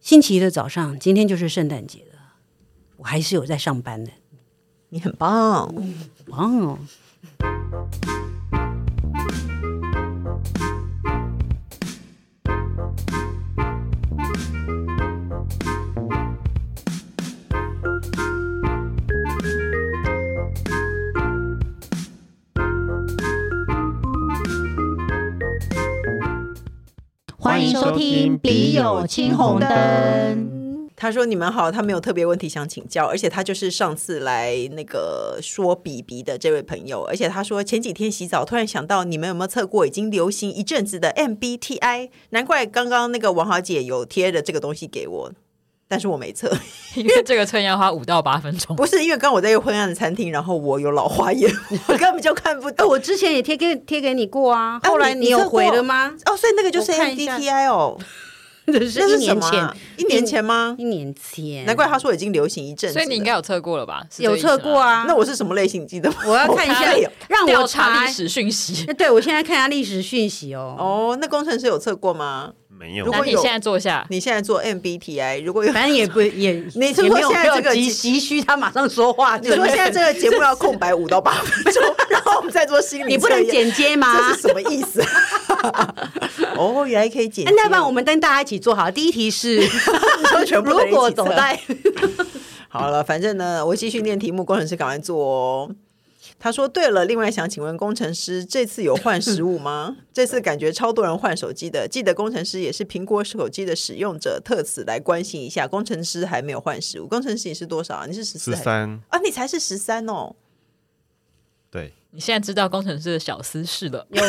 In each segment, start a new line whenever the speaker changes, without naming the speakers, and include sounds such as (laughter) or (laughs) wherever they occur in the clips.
星期一的早上，今天就是圣诞节了，我还是有在上班的，
你很棒，
哇哦！
欢迎收听《笔友青红灯》。
他说你们好，他没有特别问题想请教，而且他就是上次来那个说比比的这位朋友，而且他说前几天洗澡突然想到你们有没有测过已经流行一阵子的 MBTI，难怪刚刚那个王豪姐有贴的这个东西给我，但是我没测，
因为这个测验要花五到八分钟。
不是因为刚刚我在一个昏暗的餐厅，然后我有老花眼，我根本就看不
哎，
懂。
我之前也贴给贴给你过啊， (laughs) 后来
你
有
测过
回了吗？
哦，所以那个就是
我看一下
MBTI 哦，
(laughs) 这是
那
一
是什
年
么
前，
啊？一年前吗？
一年前，
难怪他说已经流行一阵子
所
了，
以你应该有测过了吧？是这
有
个意思吗
测过。啊。
那我是什么类型？你记得吗？
我要看一
好
下
累哦，
让我
调查
查
历。史讯息。 (laughs)
对，我现在看一下历史讯息哦。
哦，那工程师有测过吗？
没有
如
那
果
你现在坐下，
你现在做 MBTI，如果有，
反正也不也，
你是
也
说
没有
现在
没有
这个
急
节
急需他马上说
(laughs)
话。
你说现在这个节目要空白五到八
(laughs)
分钟，然后我们再做心理，
你不能，剪接吗？
这是什么意思？ (laughs) 哦，原来可以剪
哎
接，
那不然我们跟大家一起做好。第一题是，
你说全部的人一
如
起
果走
测
在
好了，反正呢，我继续念题目，工程师赶快做哦。他说：“对了，另外想请问工程师，这次有换食物
(laughs)
吗？这次感觉超多人换手机的，记得工程师也是苹果手机的使用者，特此来关心一下。工程师还没有换食物，工程师你是多少啊？你是十四
十三，
啊？你才是十三哦，
对，
你现在知道工程师的小私事了。
有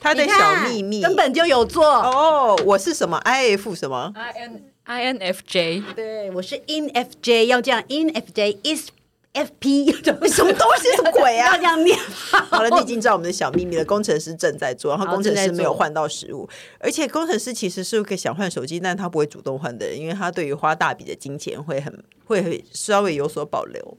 他的
你看
小秘密。
根本就有做。
哦，我是什么 IF 什么？
I N I N F J，
对，我是 in F J，要这样 in F J is F P，什么
(laughs) 什么东西？什么鬼啊
要这？样念。
(laughs) 好了，你已经知道我们的小秘密了。工程师正在做，然后
好
工
正
程
在
师
做
没有换到食物，而且工程师其实是个想换手机，但他不会主动换的人，因为他对于花大笔的金钱会很会稍微有所保留。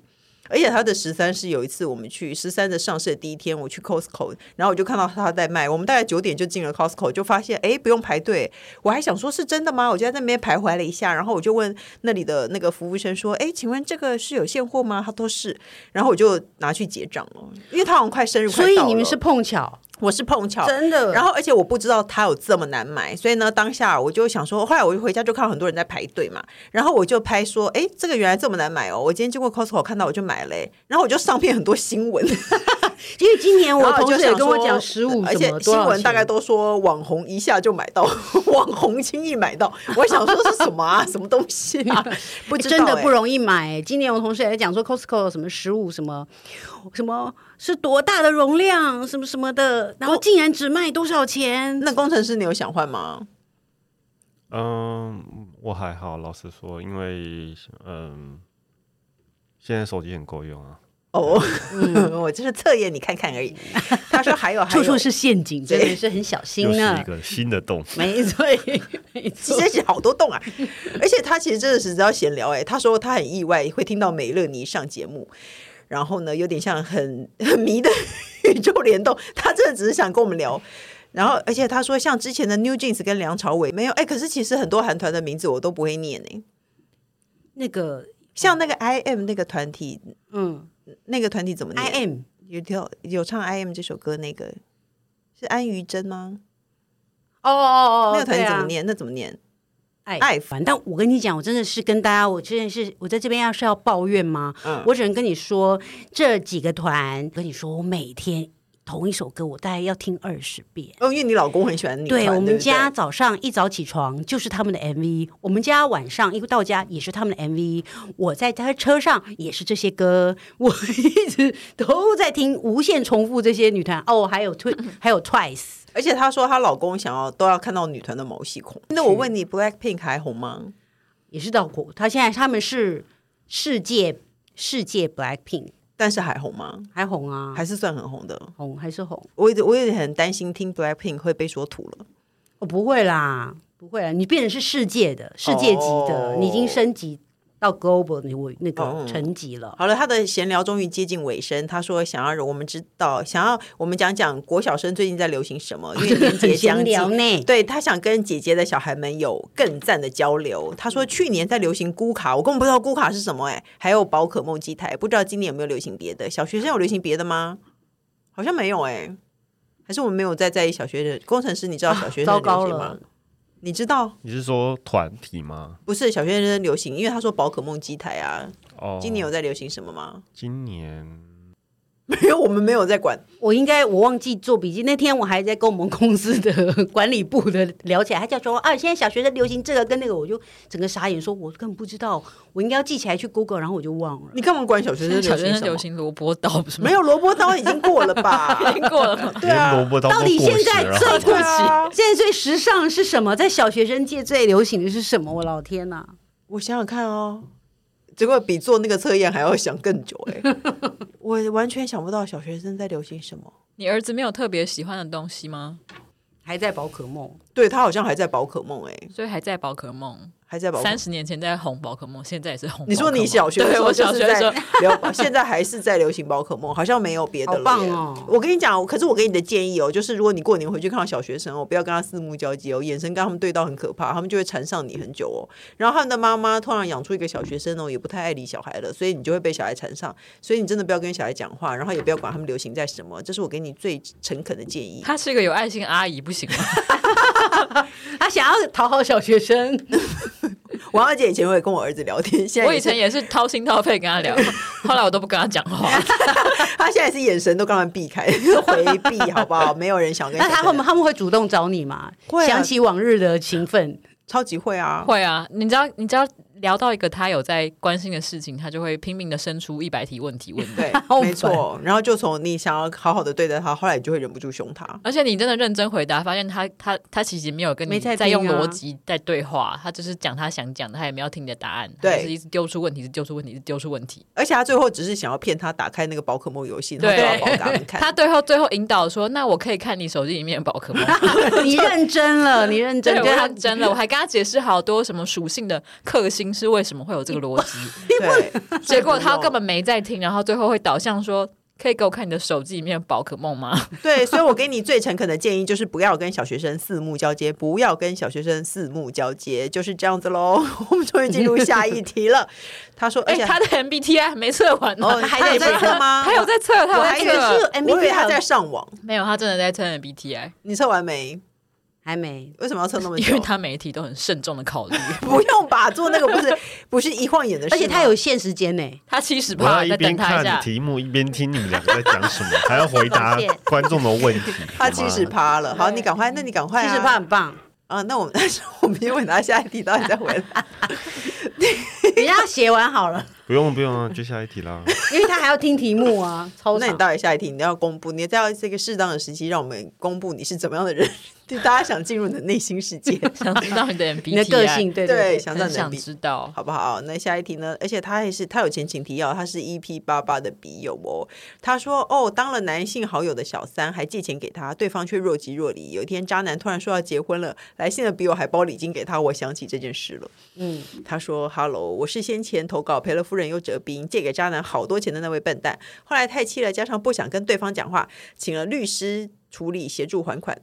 而且他的十三是有一次我们去十三的上市的第一天，我去 Costco，然后我就看到他在卖。我们大概九点就进了 Costco，就发现哎不用排队。我还想说是真的吗？我就在那边徘徊了一下，然后我就问那里的那个服务生说：“哎，请问这个是有现货吗？”他说是，然后我就拿去结账了，因为他好像快生日快
所
到了，
以你们是碰巧，
我是碰巧
真的
然后而且我不知道它有这么难买，所以呢，当下我就想说，后来我就回家就看到很多人在排队嘛，然后我就拍说，哎，这个原来这么难买哦，我今天经过 Costco 看到我就买了、诶然后我就上片很多新闻，
因为今年 (laughs) 我
然后
同
就
事也
想
跟我
说呃
讲十五，
而且新闻大概都说网红一下就买到，网红轻易买到，我想说是什么啊，什么东西啊，不知道、
真的不
容
容易买。今年我同事也在讲说 Costco 什么十五什么什么是多大的容量，什么什么的，然后竟然只卖多少钱？
那工程师你有想换吗？
嗯，我还好，老实说，因为嗯，现在手机很够用啊。
哦，嗯， (laughs) 我就是测验你看看而已。他说还有，还
处
有
处是陷阱，真的
对
是很小
又
心
是
呢
一。个新的洞，
没
(laughs)
错，没
其
错。
实是好多洞啊！而且他其实真的是只要闲聊哎、他说他很意外会听到美乐妮上节目，然后呢有点像很很迷的 (laughs) 宇宙联动，他真的只是想跟我们聊。然后，而且他说像之前的 New Jeans 跟梁朝伟没有哎、可是其实很多韩团的名字我都不会念哎、
那个，
像那个 I M 那个团体，
嗯
那个团体怎么念
，I am
有跳有唱 I M 这首歌那个是安于真吗？
哦哦哦，
那个团体
对
怎
啊
么念？那怎么念？
爱
爱
烦。但我跟你讲，我真的是跟大家，我真的是，我在这边要是要抱怨吗？
嗯
我只能跟你说，这几个团，跟你说，我每天同一首歌，我大概要听二十遍。
哦，因为你老公很喜欢女团，
对
对
我
不
们
对
家早上一早起床就是他们的 MV，我们家晚上一到家也是他们的 MV，我在他车上也是这些歌， (laughs) 我一直都在听，无限重复这些女团哦，还有 Twi 还有 Twice，
而且她说她老公想要都要看到女团的毛细孔。那我问你，Blackpink 还红吗？
也是到国，他现在他们是世界世界 Blackpink
但是还红吗？
还红啊，
还是算很红的。
红还是红？
我有点我有点很担心听 Blackpink 会被说土了。
哦，不会啦，不会啦，你变成是世界的世界级的，
哦
你已经升级到 global 你我那个
嗯
层级了。
好了，他的闲聊终于接近尾声。他说想要让我们知道，想要我们讲讲国小生最近在流行什么，因为年节
很
将
(laughs) 闲
近
聊。呢，
对他想跟姐姐的小孩们有更赞的交流。他说去年在流行咕卡，我根本不知道咕卡是什么哎、还有宝可梦机台，不知道今年有没有流行别的。小学生有流行别的吗？好像没有哎、还是我们没有在在意小学生工程师？你知道小学生
糟
的流
糕
行吗？
了，
你知道
你是说团体吗？
不是小学生流行？因为他说宝可梦机台啊，
哦，
今年有在流行什么吗？ (laughs)
今年
没有，我们没有在管。
我应该我忘记做笔记。那天我还在跟我们公司的 (laughs) 管理部的聊起来，他叫说啊，现在小学生流行这个跟那个，我就整个傻眼，说我根本不知道，我应该要记起来去 Google，然后我就忘了。
你干嘛管小学生流
现在小学
行
生
什
流
么？
行萝卜刀不是吗？
没？有萝卜刀已经过了吧
听过了吗？
对啊
连萝卜刀
到
都
底
过
现
时
在
了。
最
对啊
(laughs) 现在最时尚的是什么？在小学生界最流行的是什么？我老天呐、
我想想看哦，结果比做那个测验还要想更久哎、 (laughs) 我完全想不到小学生在流行什么。
你儿子没有特别喜欢的东西吗？
还在宝可梦，
对他好像还在宝可梦哎、
所以还在宝可梦，
还在宝可
三
梦。
十年前在红宝可梦，现在也是红宝可梦。
你说你小学的时
对
候
我
就
小
是
学的
在
时候，
流，现在还是在流行宝可梦，好像没有别的了
好
耶。
棒哦
我跟你讲，可是我给你的建议哦，就是如果你过年回去看到小学生哦，不要跟他四目交接哦，眼神跟他们对到很可怕，他们就会缠上你很久哦。然后他们的妈妈通常养出一个小学生哦，也不太爱理小孩了，所以你就会被小孩缠上。所以你真的不要跟小孩讲话，然后也不要管他们流行在什么，这是我给你最诚恳的建议。
她是一个有爱心阿姨，不行吗？
他想要讨好小学生，
王二姐以前会跟我儿子聊天，现在
我
也
以
是
前也是掏心掏肺跟她聊，后来我都不跟她讲话。
他现在是眼神都刚刚避开， (laughs) 回避好不好？没有人想跟小
那
学生
他
聊
会他们会主动找你吗？
会啊
想起往日的情
(laughs)
分，
超级会啊，
会啊，你知道，你知道聊到一个他有在关心的事情，他就会拼命的生出一百题问题问你。
对，没错。然后就从你想要好好的对待他，后来你就会忍不住凶他。
而且你真的认真回答，发现他他他其实没有跟你
没在听啊
在用逻辑在对话，他就是讲他想讲的，他也没有听你的答案，
对
他就是一直丢出问题，是丢出问题，是丢出问题。
而且他最后只是想要骗他打开那个宝可梦游戏，然后
对
要宝他们看。
他最后最后引导说：“那我可以看你手机里面的宝
(laughs)
可梦。
你认真了，你认”真
对，
了，
我
对他
认真了，我还跟他解释好多什么属性的克星是为什么会有这个逻
(laughs)
辑，
对，
结果他根本没在听，然后最后会导向说：“可以给我看你的手机里面的宝可梦吗？”
(laughs) 对，所以我给你最诚恳的建议就是不要跟小学生四目交接，不要跟小学生四目交接，就是这样子喽。 (laughs) 我们终于进入下一题了。他说，而
哎、
且
他的 MBTI 还没测完呢、
哦
还
他有
在
在测吗？
他有在测，他有
我
在
还以为
测，
是
我以为他
MBTI
在上网。
没有，他真的在测 MBTI，
你测完没？
还没。
为什么要测那么久？
因为他每一题都很慎重的考虑。
不用吧，做那个不是不是一晃眼的事
而
吗，
且他有限时间呢，
他七十
我要
趴，
一
再
边
等他一下
看。题目一边听你们两个在讲什么，还要回答
抱歉
观众的问题。
他
好
七
吗
十趴了，好，你赶快，那你赶快、
其
啊，
实他很棒。
啊，那我们 (laughs) 我们先问他下一题到底再回
(laughs)
来。
人家写完好了，
不用不用，就下一题啦。
因为他还要听题目啊，超
那你
长。
到底下一题你要公布，你在这个适当的时期让我们公布你是怎么样的人， (laughs) 就大家想进入你的内心世
(laughs)
界，
想知道你的 MBTI，
(laughs) 你的个性，对
对，
对，
想让
很
你的
想
笔
知道。
好不好？那下一题呢？而且他还是他有前情提要，他是 EP 八八的笔友哦。他说哦，当了男性好友的小三还借钱给他，对方却若即若离。有一天渣男突然说要结婚了，来信的笔友还包礼金给他，我想起这件事了。
嗯，
他说：“Hello，我是先前投稿赔了夫人又折兵，借给渣男好多钱的那位笨蛋。后来太气了，加上不想跟对方讲话，请了律师处理协助还款。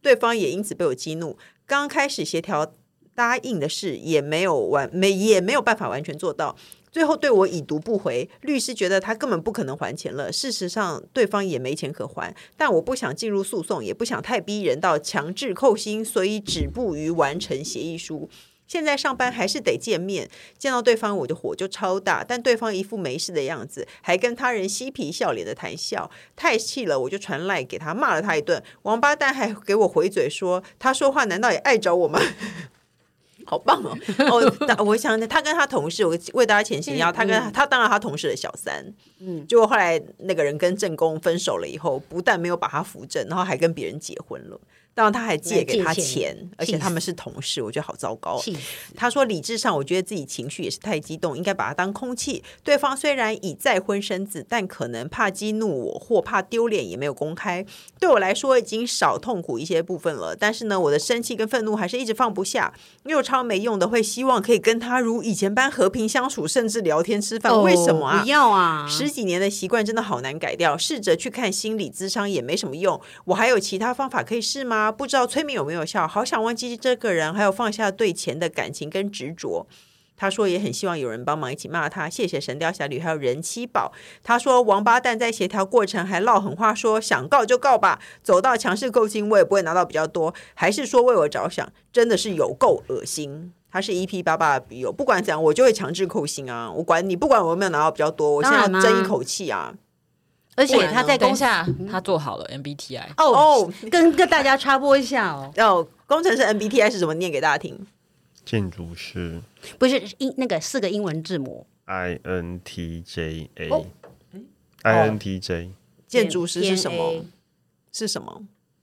对方也因此被我激怒。刚开始协调答应的事，也没有完没也没有办法完全做到。”最后对我已读不回，律师觉得他根本不可能还钱了。事实上，对方也没钱可还，但我不想进入诉讼，也不想太逼人到强制扣薪，所以止步于完成协议书。现在上班还是得见面，见到对方我就火就超大，但对方一副没事的样子，还跟他人嬉皮笑脸的谈笑，太气了我就传赖给他，骂了他一顿，王八蛋还给我回嘴说他说话难道也爱找我吗？ (laughs) 好棒哦！哦，那我想他跟他同事，我为大家前
嗯
情一下，他跟他他当然他同事的小三，嗯，结果后来那个人跟正宫分手了以后，不但没有把他扶正，然后还跟别人结婚了，当然他还借给他
借钱
钱，而且他们是同事，我觉得好糟糕哦。
气死
他说：“理智上，我觉得自己情绪也是太激动，应该把它当空气。对方虽然已再婚生子，但可能怕激怒我或怕丢脸，也没有公开。对我来说，已经少痛苦一些部分了。但是呢，我的生气跟愤怒还是一直放不下。又超没用的，会希望可以跟他如以前般和平相处，甚至聊天吃饭。为什么啊？
不要啊！
十几年的习惯真的好难改掉，试着去看心理咨商也没什么用。我还有其他方法可以试吗？不知道催眠有没有效，好想忘记这个人，还有放下对钱的感情跟执着。他说也很希望有人帮忙一起骂他，谢谢《神雕侠侣》还有人妻宝。他说王八蛋在协调过程还唠狠话说，想告就告吧，走到强势购进我也不会拿到比较多，还是说为我着想，真的是有够恶心。他是 EP 八八的笔友，不管怎样我就会强制扣薪啊，我管你，不管我有没有拿到比较多，我现在要
当然啊
争一口气啊。
而且他在
等
公
一
司
下，他做好了 MBTI，
(laughs) 哦
哦，
跟跟大家插播一下哦，
哦，工程师 MBTI 是怎么念给大家听？
建筑师
不是英那个四个英文字母
INTJA。INTJ
建筑师是什么？
DNA
是什么？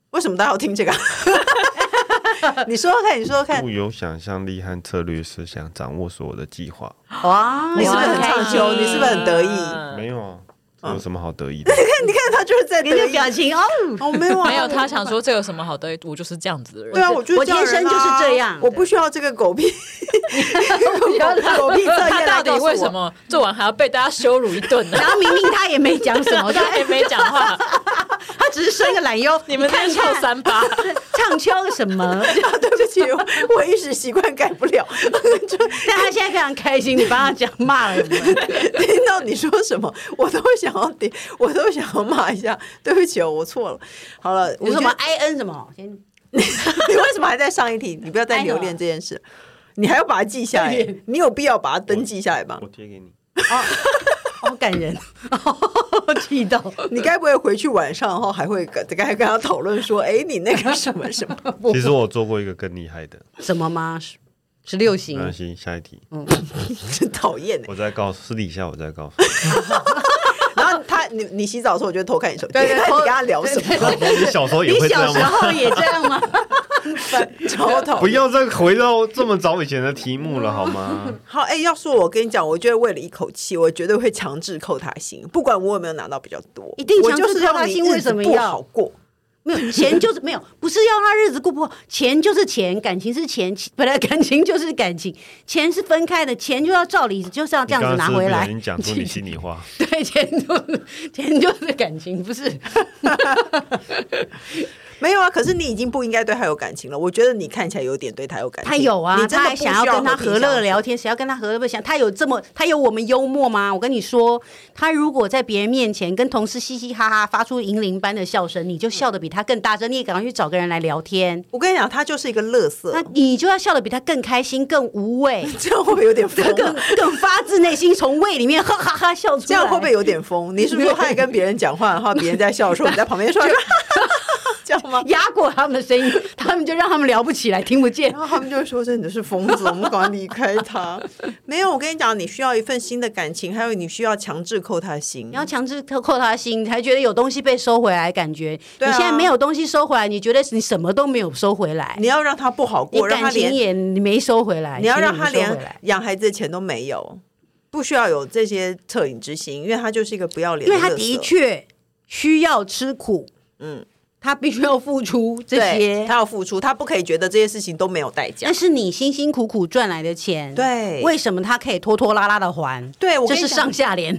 为什么大家要听这个啊？ (laughs) 你说说看，你说说看
富，有想象力和策略思想，掌握所有的计划。
哇，
你是不是很
哇
唱秋？你是不是很得意？看
没有啊，这有什么好得意 (laughs) 的？
他就是在
你的
得意
表情哦，
哦，没有啊，
没有，他想说这有什么好的？我就是这样子的人。
对啊，我就
我
这样
天生
人啊
就是这样
我不需要这个
(laughs)
狗屁，狗屁
(laughs)
测
他
验
到
来
底
告诉
为
我
什。么做完还要被大家羞辱一
(laughs)
顿呢？ (laughs)
然后明明他也没讲什么，
他
但
也没讲话，
他只是伸个懒腰，
你们
看
在
一下
臭三
(laughs)
八，
唱秋什么？
啊对不起，我我一时习惯改不了。就
但他现在非常开心，你帮他讲骂了我们，
听到你说什么，我都想要点，我都想要骂一下。对不起哦，我错了。好了，我
有什
觉
么
得
I N 什么？先
你为什么还在上一题？你不
哎
要再留恋这件事，你还要把它记下来。你有必要把它登记下来吗
我？贴给你。
好感人， (laughs) 气到
你该不会回去晚上后还会跟该跟他讨论说，哎，你那个什么什
(laughs)
么？
其实我做过一个更厉害的，
什么吗？十十六
没
型
关系，下一题。
真讨厌哎、
我再告诉，私底下我再告 (laughs) 诉你。
然后他，你你洗澡的时候，我就会偷看你手机，
对对偷
你跟他聊什么？
你小时候也
你
会这
呃小
样
时
吗？
候也这样吗？
超讨
不
厌。
要再回到这么早以前的题目 (laughs) 了，好吗？
好，哎、要说我跟你讲，我就会为了一口气，我绝对会强制扣他薪，不管我有没有拿到比较多，
一定
我
强制
就是
扣他
让你
薪
日
为
子
什么
不
要
好过？
没有钱就是没有，不是要他日子过不好，钱就是钱，感情是钱，其本来感情就是感情，钱是分开的，钱就要照理就是要这样子
你刚
拿
刚是不
回
是
来
不小。心讲出你心里 (laughs) 话，
对，钱就是钱就是感情，不是？
没有啊，可是你已经不应该对他有感情了。我觉得你看起来有点对他有感情，
他有啊
你，真
他
的
还
不
想要
需
跟他
和
和
平
乐
相
地
处
聊天，谁要跟他和乐不想？他有这么他有我们幽默吗？我跟你说，他如果在别人面前跟同事嘻嘻哈哈发出银铃般的笑声，你就笑得比他更大声，你也赶快去找个人来聊天。
我跟你讲，他就是一个乐色
那，你就要笑得比他更开心、更无畏。
这样会不会有点疯啊？ (laughs)
更更发自内心从胃里面哈哈哈笑出来，
这样会不会有点疯？你是不是还跟别人讲话，然后别人在笑的时候，你在旁边说这样吗？
(laughs) 压过他们的声音？他们就让他们聊不起来，听不见
(laughs) 然。后他们就会说：“这你是疯子，我们赶快离开他。” (laughs) 没有，我跟你讲，你需要一份新的感情，还有你需要强制扣他心
你。要强制扣他心，你才觉得有东西被收回来，感觉、
对啊
你现在没有东西收回来，你觉得你什么都没有收回来，
你要让他不好
你
过，让他
感情
连
也没收回来，
你要
钱也
让他
没收回
连
来，
养孩子的钱都没有，不需要有这些恻隐之心，因为他就是一个不要脸
因
的
为
垃圾。
他的确需要吃苦，嗯
嗯，
他必须要付出这
对
些
他。要付出，他不可以觉得这些事情都没有代价
那。是你辛辛苦苦赚来的钱，
对
为什么他可以拖拖拉拉的还？
对我
这
跟你
是
讲
上下联，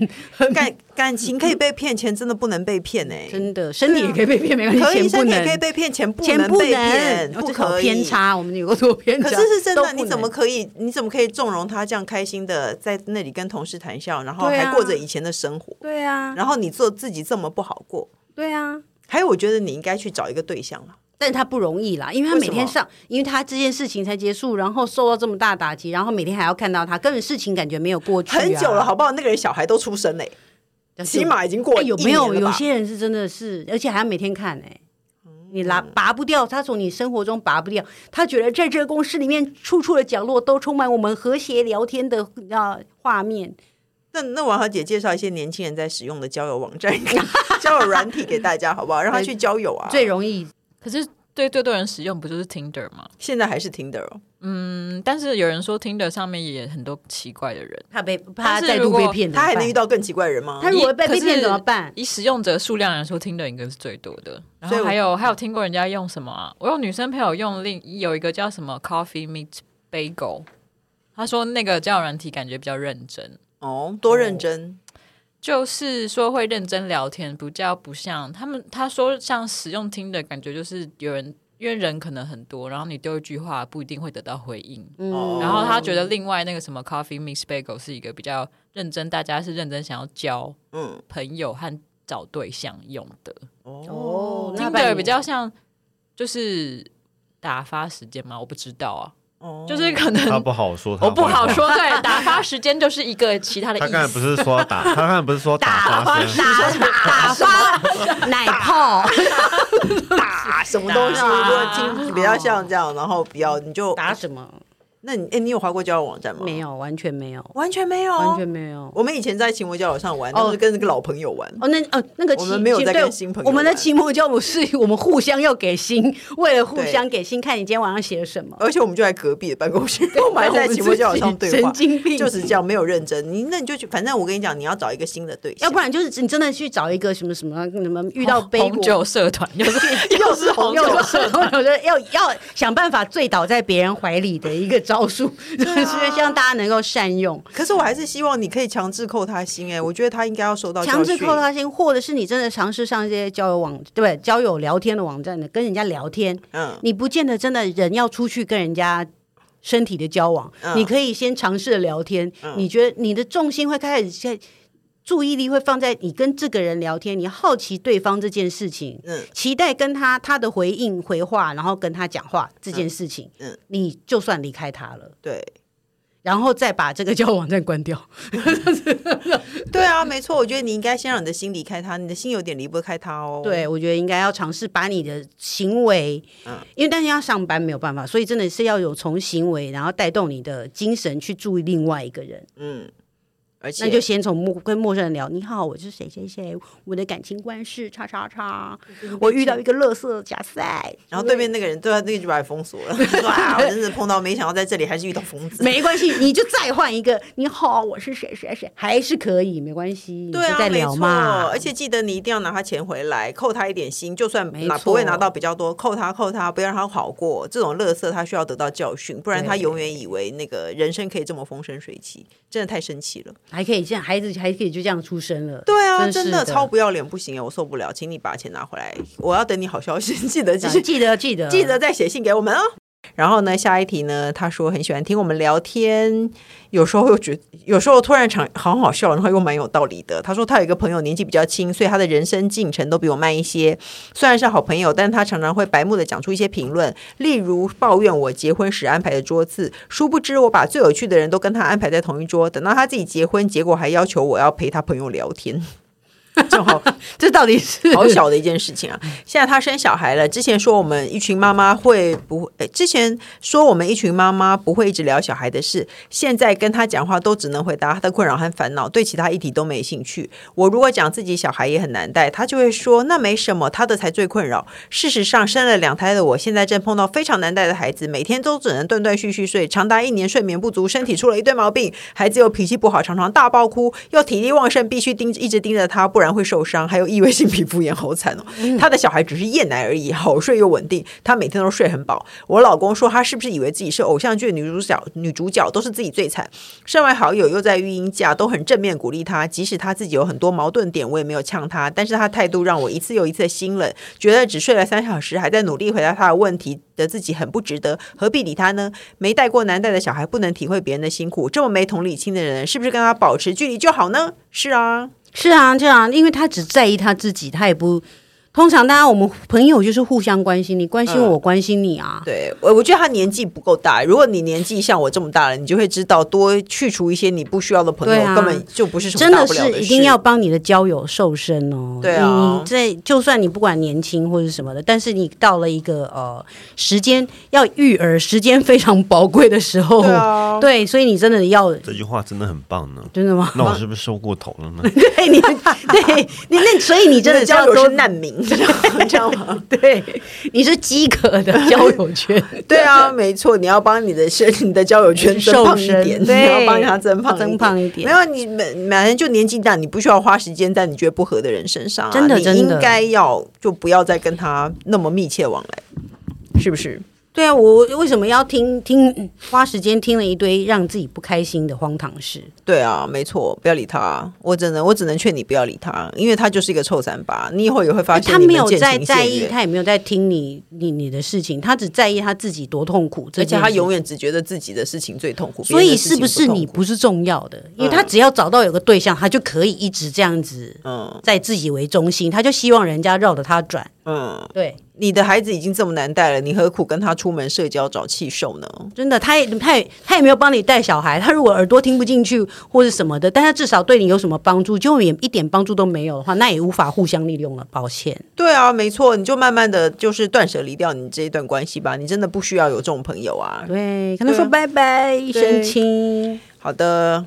感感情可以被骗，钱真的不能被
(laughs)
骗哎、
真的，身体啊也可以被骗，没关
可
系，
以，
钱不
身体
能，
也可以被骗，钱不
钱
能
不
被骗，
能，哦
不
这好
可以
偏。差，我们有个多偏
可
差，
是是真
都
的，
不能
你怎么可以？你怎么可以纵容他这样开心的在那里跟同事谈笑，然后
对啊
还过着以前的生活？
对啊，
然后你做自己这么不好过？
对啊。
还有，我觉得你应该去找一个对象啊了。
但他不容易啦，因为他
为
每
什么
天上，因为他这件事情才结束，然后受到这么大打击，然后每天还要看到他，根本事情感觉没有过去啊、
很久了，好不好？那个人小孩都出生嘞，
但是
起码已经过
哎
一
有没有
年了
有
吧
些人是真的是，而且还要每天看哎、你拿拔不掉，他从你生活中拔不掉。他觉得在这个公司里面，处处的角落都充满我们和谐聊天的啊画面。
那那王小姐介绍一些年轻人在使用的交友网站、交友软体给大家，好不好？让他去交友啊。
最容易
可是对最多人使用不就是 Tinder 吗？
现在还是 Tinder 哦，
嗯，但是有人说 Tinder 上面也很多奇怪的人。
怕被怕
但是
再
如
度
果
被骗，
他还能遇
到。
到更奇怪的人吗？
他如果被
可
被
是
骗怎么办？
以使用者数量来说，Tinder 应该是最多的。然
所以
后
我
还有还有听过人家用什么、啊？我有女生朋友用另有一个叫什么 Coffee Meet Bagel，她说那个交友软体感觉比较认真，
哦，多认真，
就是说会认真聊天，比较不像他们。她说像使用 Tinder 感觉就是有人。因为人可能很多，然后你丢一句话不一定会得到回应，
哦
然后他觉得另外那个什么 Coffee Mix Bagel 是一个比较认真，大家是认真想要交
嗯，
朋友和找对象用的。
哦那
Tinder 比较像就是打发时间吗？我不知道啊，
哦
就是可
他
能
不好说，他
我不好
会。
说。对，打发时间就是一个其他的
他刚才
意
不
(laughs) 思。
是说打，他刚才不是说打发声，
打打发奶 (laughs) 泡，
打什么东西，
打
如果听比较像这样，然后比较你就
啊打什么？
那你哎，你有滑过交友网站吗？
没，有，完全没有，
完全没有，
完全。没有。
我们以前在情魔交友上玩，
哦
都是跟这个老朋友玩。
哦，那哦，那个
我
期
们没有
期
在
对
跟新朋友
我们的
玩
期末教务是我们互相要给心，为了互
对
相给心，看你今天晚上写了什么。
而且我们就在隔壁的办
(laughs)
公室，我们还
然后
在
我们
情魔交友上
自己
对
神
话，
经病
就是这样，没有认真。你那你就去，反正我跟你讲，你要找一个新的对象，
要不然就是你真的去找一个什么什么什么遇到
哦
红
杯
红
果
酒社团 (laughs) 又是
又是红又
酒
是红，我觉得要要想办法醉倒在别人怀里的一个招数，
啊
(laughs) 就是希望大家能够善用。
可是我还是希望你可以强制扣他心哎、我觉得他应该要受到
强制
教训
扣他心，或者是你真的尝试上一些交友网，对不对？交友聊天的网站的，跟人家聊天，
嗯，
你不见得真的人要出去跟人家身体的交往，
嗯
你可以先尝试着聊天。
嗯
你觉得你的重心会开始在注意力会放在你跟这个人聊天，你好奇对方这件事情，
嗯
期待跟他他的回应回话，然后跟他讲话这件事情，
嗯嗯
你就算离开他了。
对
然后再把这个交友网站关掉，
对啊，没错，我觉得你应该先让你的心离开他，你的心有点离不开他哦。
对我觉得应该要尝试把你的行为，
嗯
因为但是要上班没有办法，所以真的是要有从行为，然后带动你的精神去注意另外一个人。
嗯而且
那就先从陌跟陌生人聊，你好，我是谁谁谁，我的感情观是叉叉叉，
嗯
我遇到一个乐色假赛，
然后对面那个人，对啊，那个就把他封锁了。 (laughs) 哇，我真是碰到，没想到在这里还是遇到疯子。
没关系，你就再换一个，你好，我是谁谁谁，还是可以，没关系，
对
你就
啊，
再
没
聊
错。
嘛，
而且记得你一定要拿他钱回来，扣他一点心，就算
没
拿
错
不会拿到比较多，扣他扣他，不要让他好过。这种乐色他需要得到教训，不然他
对
永远以为那个人生可以这么风生水起，真的太生气了。
还可以这样，孩子还可以就这样出生了，
对啊，
真
真
是
的
的
超不要脸，不行，我受不了，请你把钱拿回来，我要等你好消息， (laughs) 记得继续
记得记得
记得再写信给我们哦。然后呢，下一题呢，他说很喜欢听我们聊天，有时候又觉，有时候突然场好好笑，然后又蛮有道理的。他说他有一个朋友年纪比较轻，所以他的人生进程都比我慢一些。虽然是好朋友，但他常常会白目的讲出一些评论，例如抱怨我结婚时安排的桌次，殊不知我把最有趣的人都跟他安排在同一桌，等到他自己结婚，结果还要求我要陪他朋友聊天， (laughs) 正好
这到底是
(laughs) 好小的一件事情啊！现在她生小孩了，之前说我们一群妈妈会不？诶之前说我们一群妈妈不会一直聊小孩的事，现在跟她讲话都只能回答她的困扰和烦恼，对其他议题都没兴趣。我如果讲自己小孩也很难带，她就会说那没什么，她的才最困扰。事实上，生了两胎的我，现在正碰到非常难带的孩子，每天都只能断断续续睡，长达一年睡眠不足，身体出了一堆毛病，孩子又脾气不好，常常大爆哭，又体力旺盛，必须盯一直盯着他，不然会受伤，还有异位性皮肤炎，好惨哦。 (laughs) 他的小孩只是夜奶而已，好睡又稳定，他每天都睡很饱。我老公说他是不是以为自己是偶像剧的女主角，女主角都是自己最惨。身为好友又在育婴假，都很正面鼓励他，即使他自己有很多矛盾点，我也没有呛他，但是他态度让我一次又一次的心冷，觉得只睡了三小时，还在努力回答他的问题的自己很不值得，何必理他呢？没带过难带的小孩，不能体会别人的辛苦，这么没同理心的人，是不是跟他保持距离就好呢？是啊，
是啊，这样，因为他只在意他自己，他也不。通常大家我们朋友就是互相关心，你关心我，
嗯
我关心你啊。
对，我我觉得他年纪不够大。如果你年纪像我这么大了，你就会知道，多去除一些你不需要的朋友，
对啊
根本就不是什
真
么大
的
不了
是
事。
一定要帮你的交友瘦身哦。
对啊
你这就算你不管年轻或者什么的，但是你到了一个呃时间要育儿，时间非常宝贵的时候，
对
(laughs)
啊，
对所以你真的要
这句话真的很棒呢。
真的 (laughs) 吗？
(laughs) 那我是不是瘦过头了呢？ (laughs)
对，你对你那所以你
你
真的
的
就要
交友
多
是
(laughs)
难民，这样吗？
对，你是饥渴的 (laughs) 交友圈，
对啊，没错，你要帮你的身、
(laughs)
你的交友圈增
瘦
胖一
身
点，你
对
要帮他增胖一点
增胖一点
没有，你本反正就年纪大，你不需要花时间在你觉得不合的人身上、啊，
真的
你
真的
应该要就不要再跟他那么密切往来，是不是？
对啊，我为什么要听听嗯花时间听了一堆让自己不开心的荒唐事？
对啊，没错，不要理他。我只能我只能劝你不要理他，因为他就是一个臭三八。你以后也会发现
他
你
没
们
有
渐
在
行
在
渐
意，
远
他也没有在听你你你的事情，他只在意他自己多痛苦，
而且他永
远。
远只觉得自己的事情最痛苦。
所
别人
以
的事
是
情
不是
痛
你
苦
不是重要的？因为
嗯
他只要找到有个对象，他就可以一直这样子，
嗯
在自己为中心，他就希望人家绕着他转。
嗯，
对，
你的孩子已经这么难带了，你何苦跟他出门社交找气受呢？
真的，他也他也他也没有帮你带小孩，他如果耳朵听不进去或是什么的，但他至少对你有什么帮助，就也一点帮助都没有的话，那也无法互相利用了，抱歉。
对啊，没错，你就慢慢的就是断舍离掉你这一段关系吧，你真的不需要有这种朋友啊。
对，跟他
对啊
说拜拜，
对
深亲。
好的，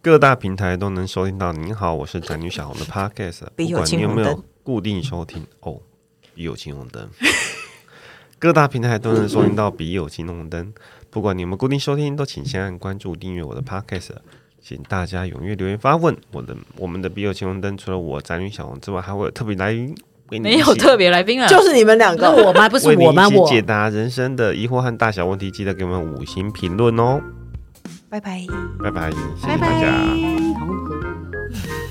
各大平台都能收听到。您好，我是宅女小红的 Podcast，
笔
不
友
管
青
你有
红
没有
灯
固定收听哦，笔友青红灯， (laughs) 各大平台都能收听到笔友青红灯。不管你有没有固定收听，都请先按关注、订阅我的 Podcast。请大家踊跃留言发问。我的我们的笔友青红灯，除了我宅女小红之外，还会有特别来宾为你
没
一
有
起
特别来宾啊，
就是你们两
那
个，
我吗？不是
为你
我吗？
一起
我
解答人生的疑惑和大小问题，记得给我们五星评论哦。
拜拜。
拜拜，谢谢大家。
好恶